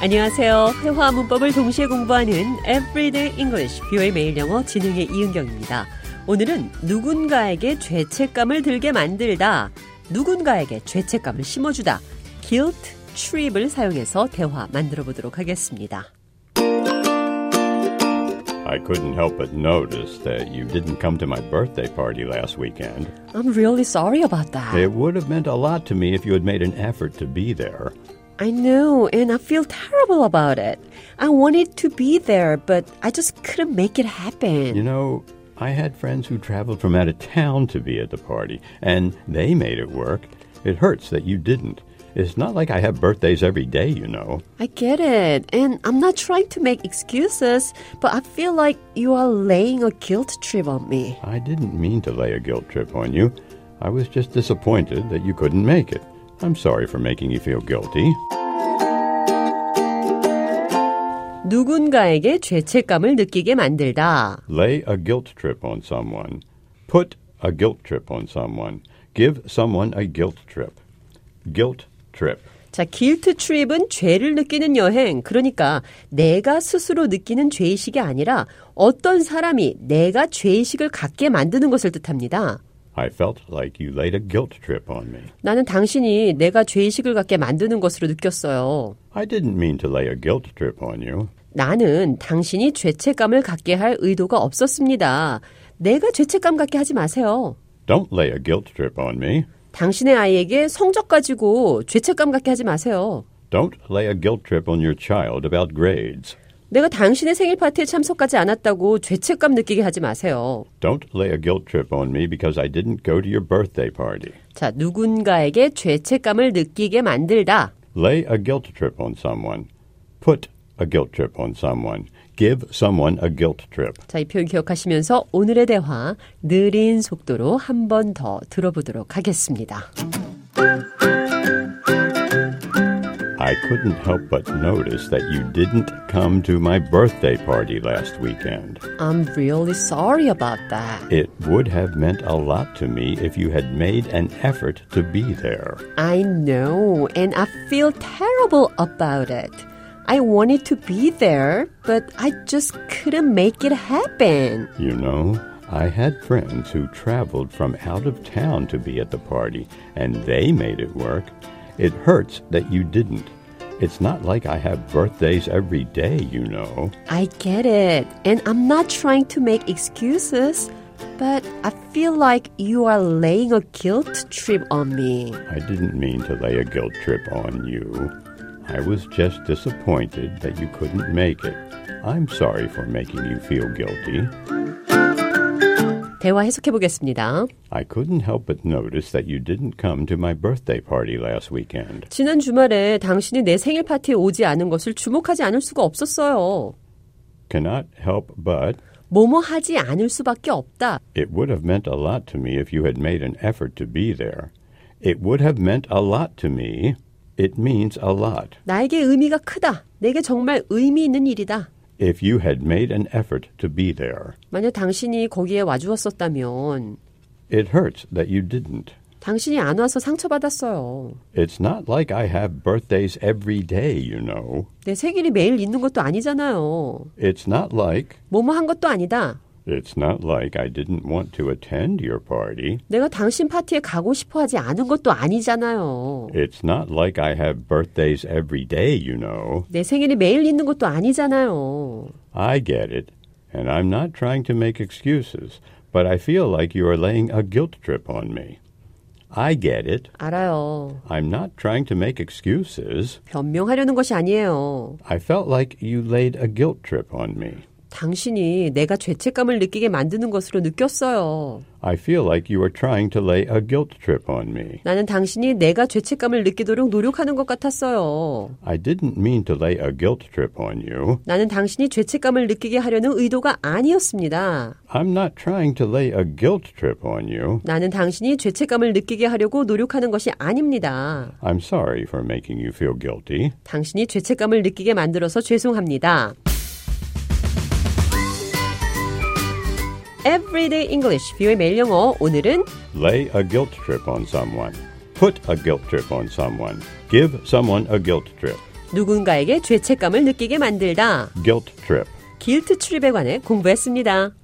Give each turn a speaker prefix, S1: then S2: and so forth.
S1: 안녕하세요. 회화 문법을 동시에 공부하는 Everyday English, 뷰의 매일 영어 진행의 이은경입니다. 오늘은 누군가에게 죄책감을 들게 만들다, 누군가에게 죄책감을 심어주다, guilt trip을 사용해서 대화 만들어 보도록 하겠습니다.
S2: I couldn't help but notice that you didn't come to my birthday party last weekend.
S1: I'm really sorry about that.
S2: It would have meant a lot to me if you had made an effort to be there.
S1: I know, and I feel terrible about it. I wanted to be there, but I just couldn't make it happen.
S2: You know, I had friends who traveled from out of town to be at the party, and they made it work. It hurts that you didn't. It's not like I have birthdays every day, you know.
S1: I get it. And I'm not trying to make excuses, but I feel like you are laying a guilt trip on me.
S2: I didn't mean to lay a guilt trip on you. I was just disappointed that you couldn't make it. I'm sorry for making you feel guilty.
S1: 누군가에게 죄책감을 느끼게 만들다.
S2: Lay a guilt trip on someone. Put a guilt trip on someone. Give someone a guilt trip. Guilt trip.
S1: 자, guilt trip은 죄를 느끼는 여행. 그러니까 내가 스스로 느끼는 죄의식이 아니라 어떤 사람이 내가 죄의식을 갖게 만드는 것을 뜻합니다.
S2: I felt like you laid a guilt trip on me.
S1: 나는 당신이 내가 죄의식을 갖게 만드는 것으로 느꼈어요.
S2: I didn't mean to lay a guilt trip on you.
S1: 나는 당신이 죄책감을 갖게 할 의도가 없었습니다. 내가 죄책감 갖게 하지 마세요.
S2: Don't lay a guilt trip on me.
S1: 당신의 아이에게 성적 가지고 죄책감 갖게 하지 마세요.
S2: Don't lay a guilt trip on your child about grades.
S1: 내가 당신의 생일 파티에 참석하지 않았다고 죄책감 느끼게 하지 마세요.
S2: Don't lay a guilt trip on me because I didn't go to your birthday party.
S1: 자, 누군가에게 죄책감을 느끼게 만들다.
S2: Lay a guilt trip on someone. Put a guilt trip on someone. Give someone a guilt trip.
S1: 자, 이 표현 기억하시면서 오늘의 대화 느린 속도로 한 번 더 들어보도록 하겠습니다.
S2: I couldn't help but notice that you didn't come to my birthday party last weekend.
S1: I'm really sorry about that.
S2: It would have meant a lot to me if you had made an effort to be there.
S1: I know, and I feel terrible about it. I wanted to be there, but I just couldn't make it happen.
S2: You know, I had friends who traveled from out of town to be at the party, and they made it work. It hurts that you didn't. It's not like I have birthdays every day, you know.
S1: I get it, and I'm not trying to make excuses, but I feel like you are laying a guilt trip on me.
S2: I didn't mean to lay a guilt trip on you. I was just disappointed that you couldn't make it. I'm sorry for making you feel guilty.
S1: 대화 해석해 보겠습니다.
S2: I couldn't help but notice that you didn't come to my birthday party last weekend.
S1: 지난 주말에 당신이 내 생일 파티에 오지 않은 것을 주목하지 않을 수가 없었어요.
S2: Cannot help but.
S1: 뭐뭐 하지 않을 수밖에 없다.
S2: It would have meant a lot to me if you had made an effort to be there. It would have meant a lot to me. It means a lot.
S1: 나에게 의미가 크다. 내게 정말 의미 있는 일이다.
S2: If you had made an effort to be there,
S1: 만약 당신이 거기에 와주었었다면
S2: it hurts that you didn't.
S1: 당신이 안 와서 상처받았어요.
S2: It's not like I have birthdays every day, you know.
S1: 내 생일이 매일 있는 것도 아니잖아요.
S2: It's not like.
S1: 뭐뭐 한 것도 아니다.
S2: It's not like I didn't want to attend your party.
S1: 내가 당신 파티에 가고 싶어 하지 않은 것도 아니잖아요.
S2: It's not like I have birthdays every day, you know.
S1: 내 생일이 매일 있는 것도 아니잖아요.
S2: I get it, and I'm not trying to make excuses, but I feel like you are laying a guilt trip on me. I get it.
S1: 알아요.
S2: I'm not trying to make excuses.
S1: 변명하려는 것이 아니에요.
S2: I felt like you laid a guilt trip on me.
S1: 당신이 내가 죄책감을 느끼게 만드는 것으로 느꼈어요.
S2: I feel like you are trying to lay a guilt trip on me.
S1: 나는 당신이 내가 죄책감을 느끼도록 노력하는 것 같았어요.
S2: I didn't mean to lay a guilt trip on you.
S1: 나는 당신이 죄책감을 느끼게 하려는 의도가 아니었습니다.
S2: I'm not trying to lay a guilt trip on you.
S1: 나는 당신이 죄책감을 느끼게 하려고 노력하는 것이 아닙니다.
S2: I'm sorry for making you feel guilty.
S1: 당신이 죄책감을 느끼게 만들어서 죄송합니다. Everyday English, 뷰의 매일 영어. 오늘은
S2: Lay a guilt trip on someone. Put a guilt trip on someone. Give someone a guilt trip.
S1: 누군가에게 죄책감을 느끼게 만들다.
S2: Guilt trip.
S1: 길트 출입에 관해 공부했습니다.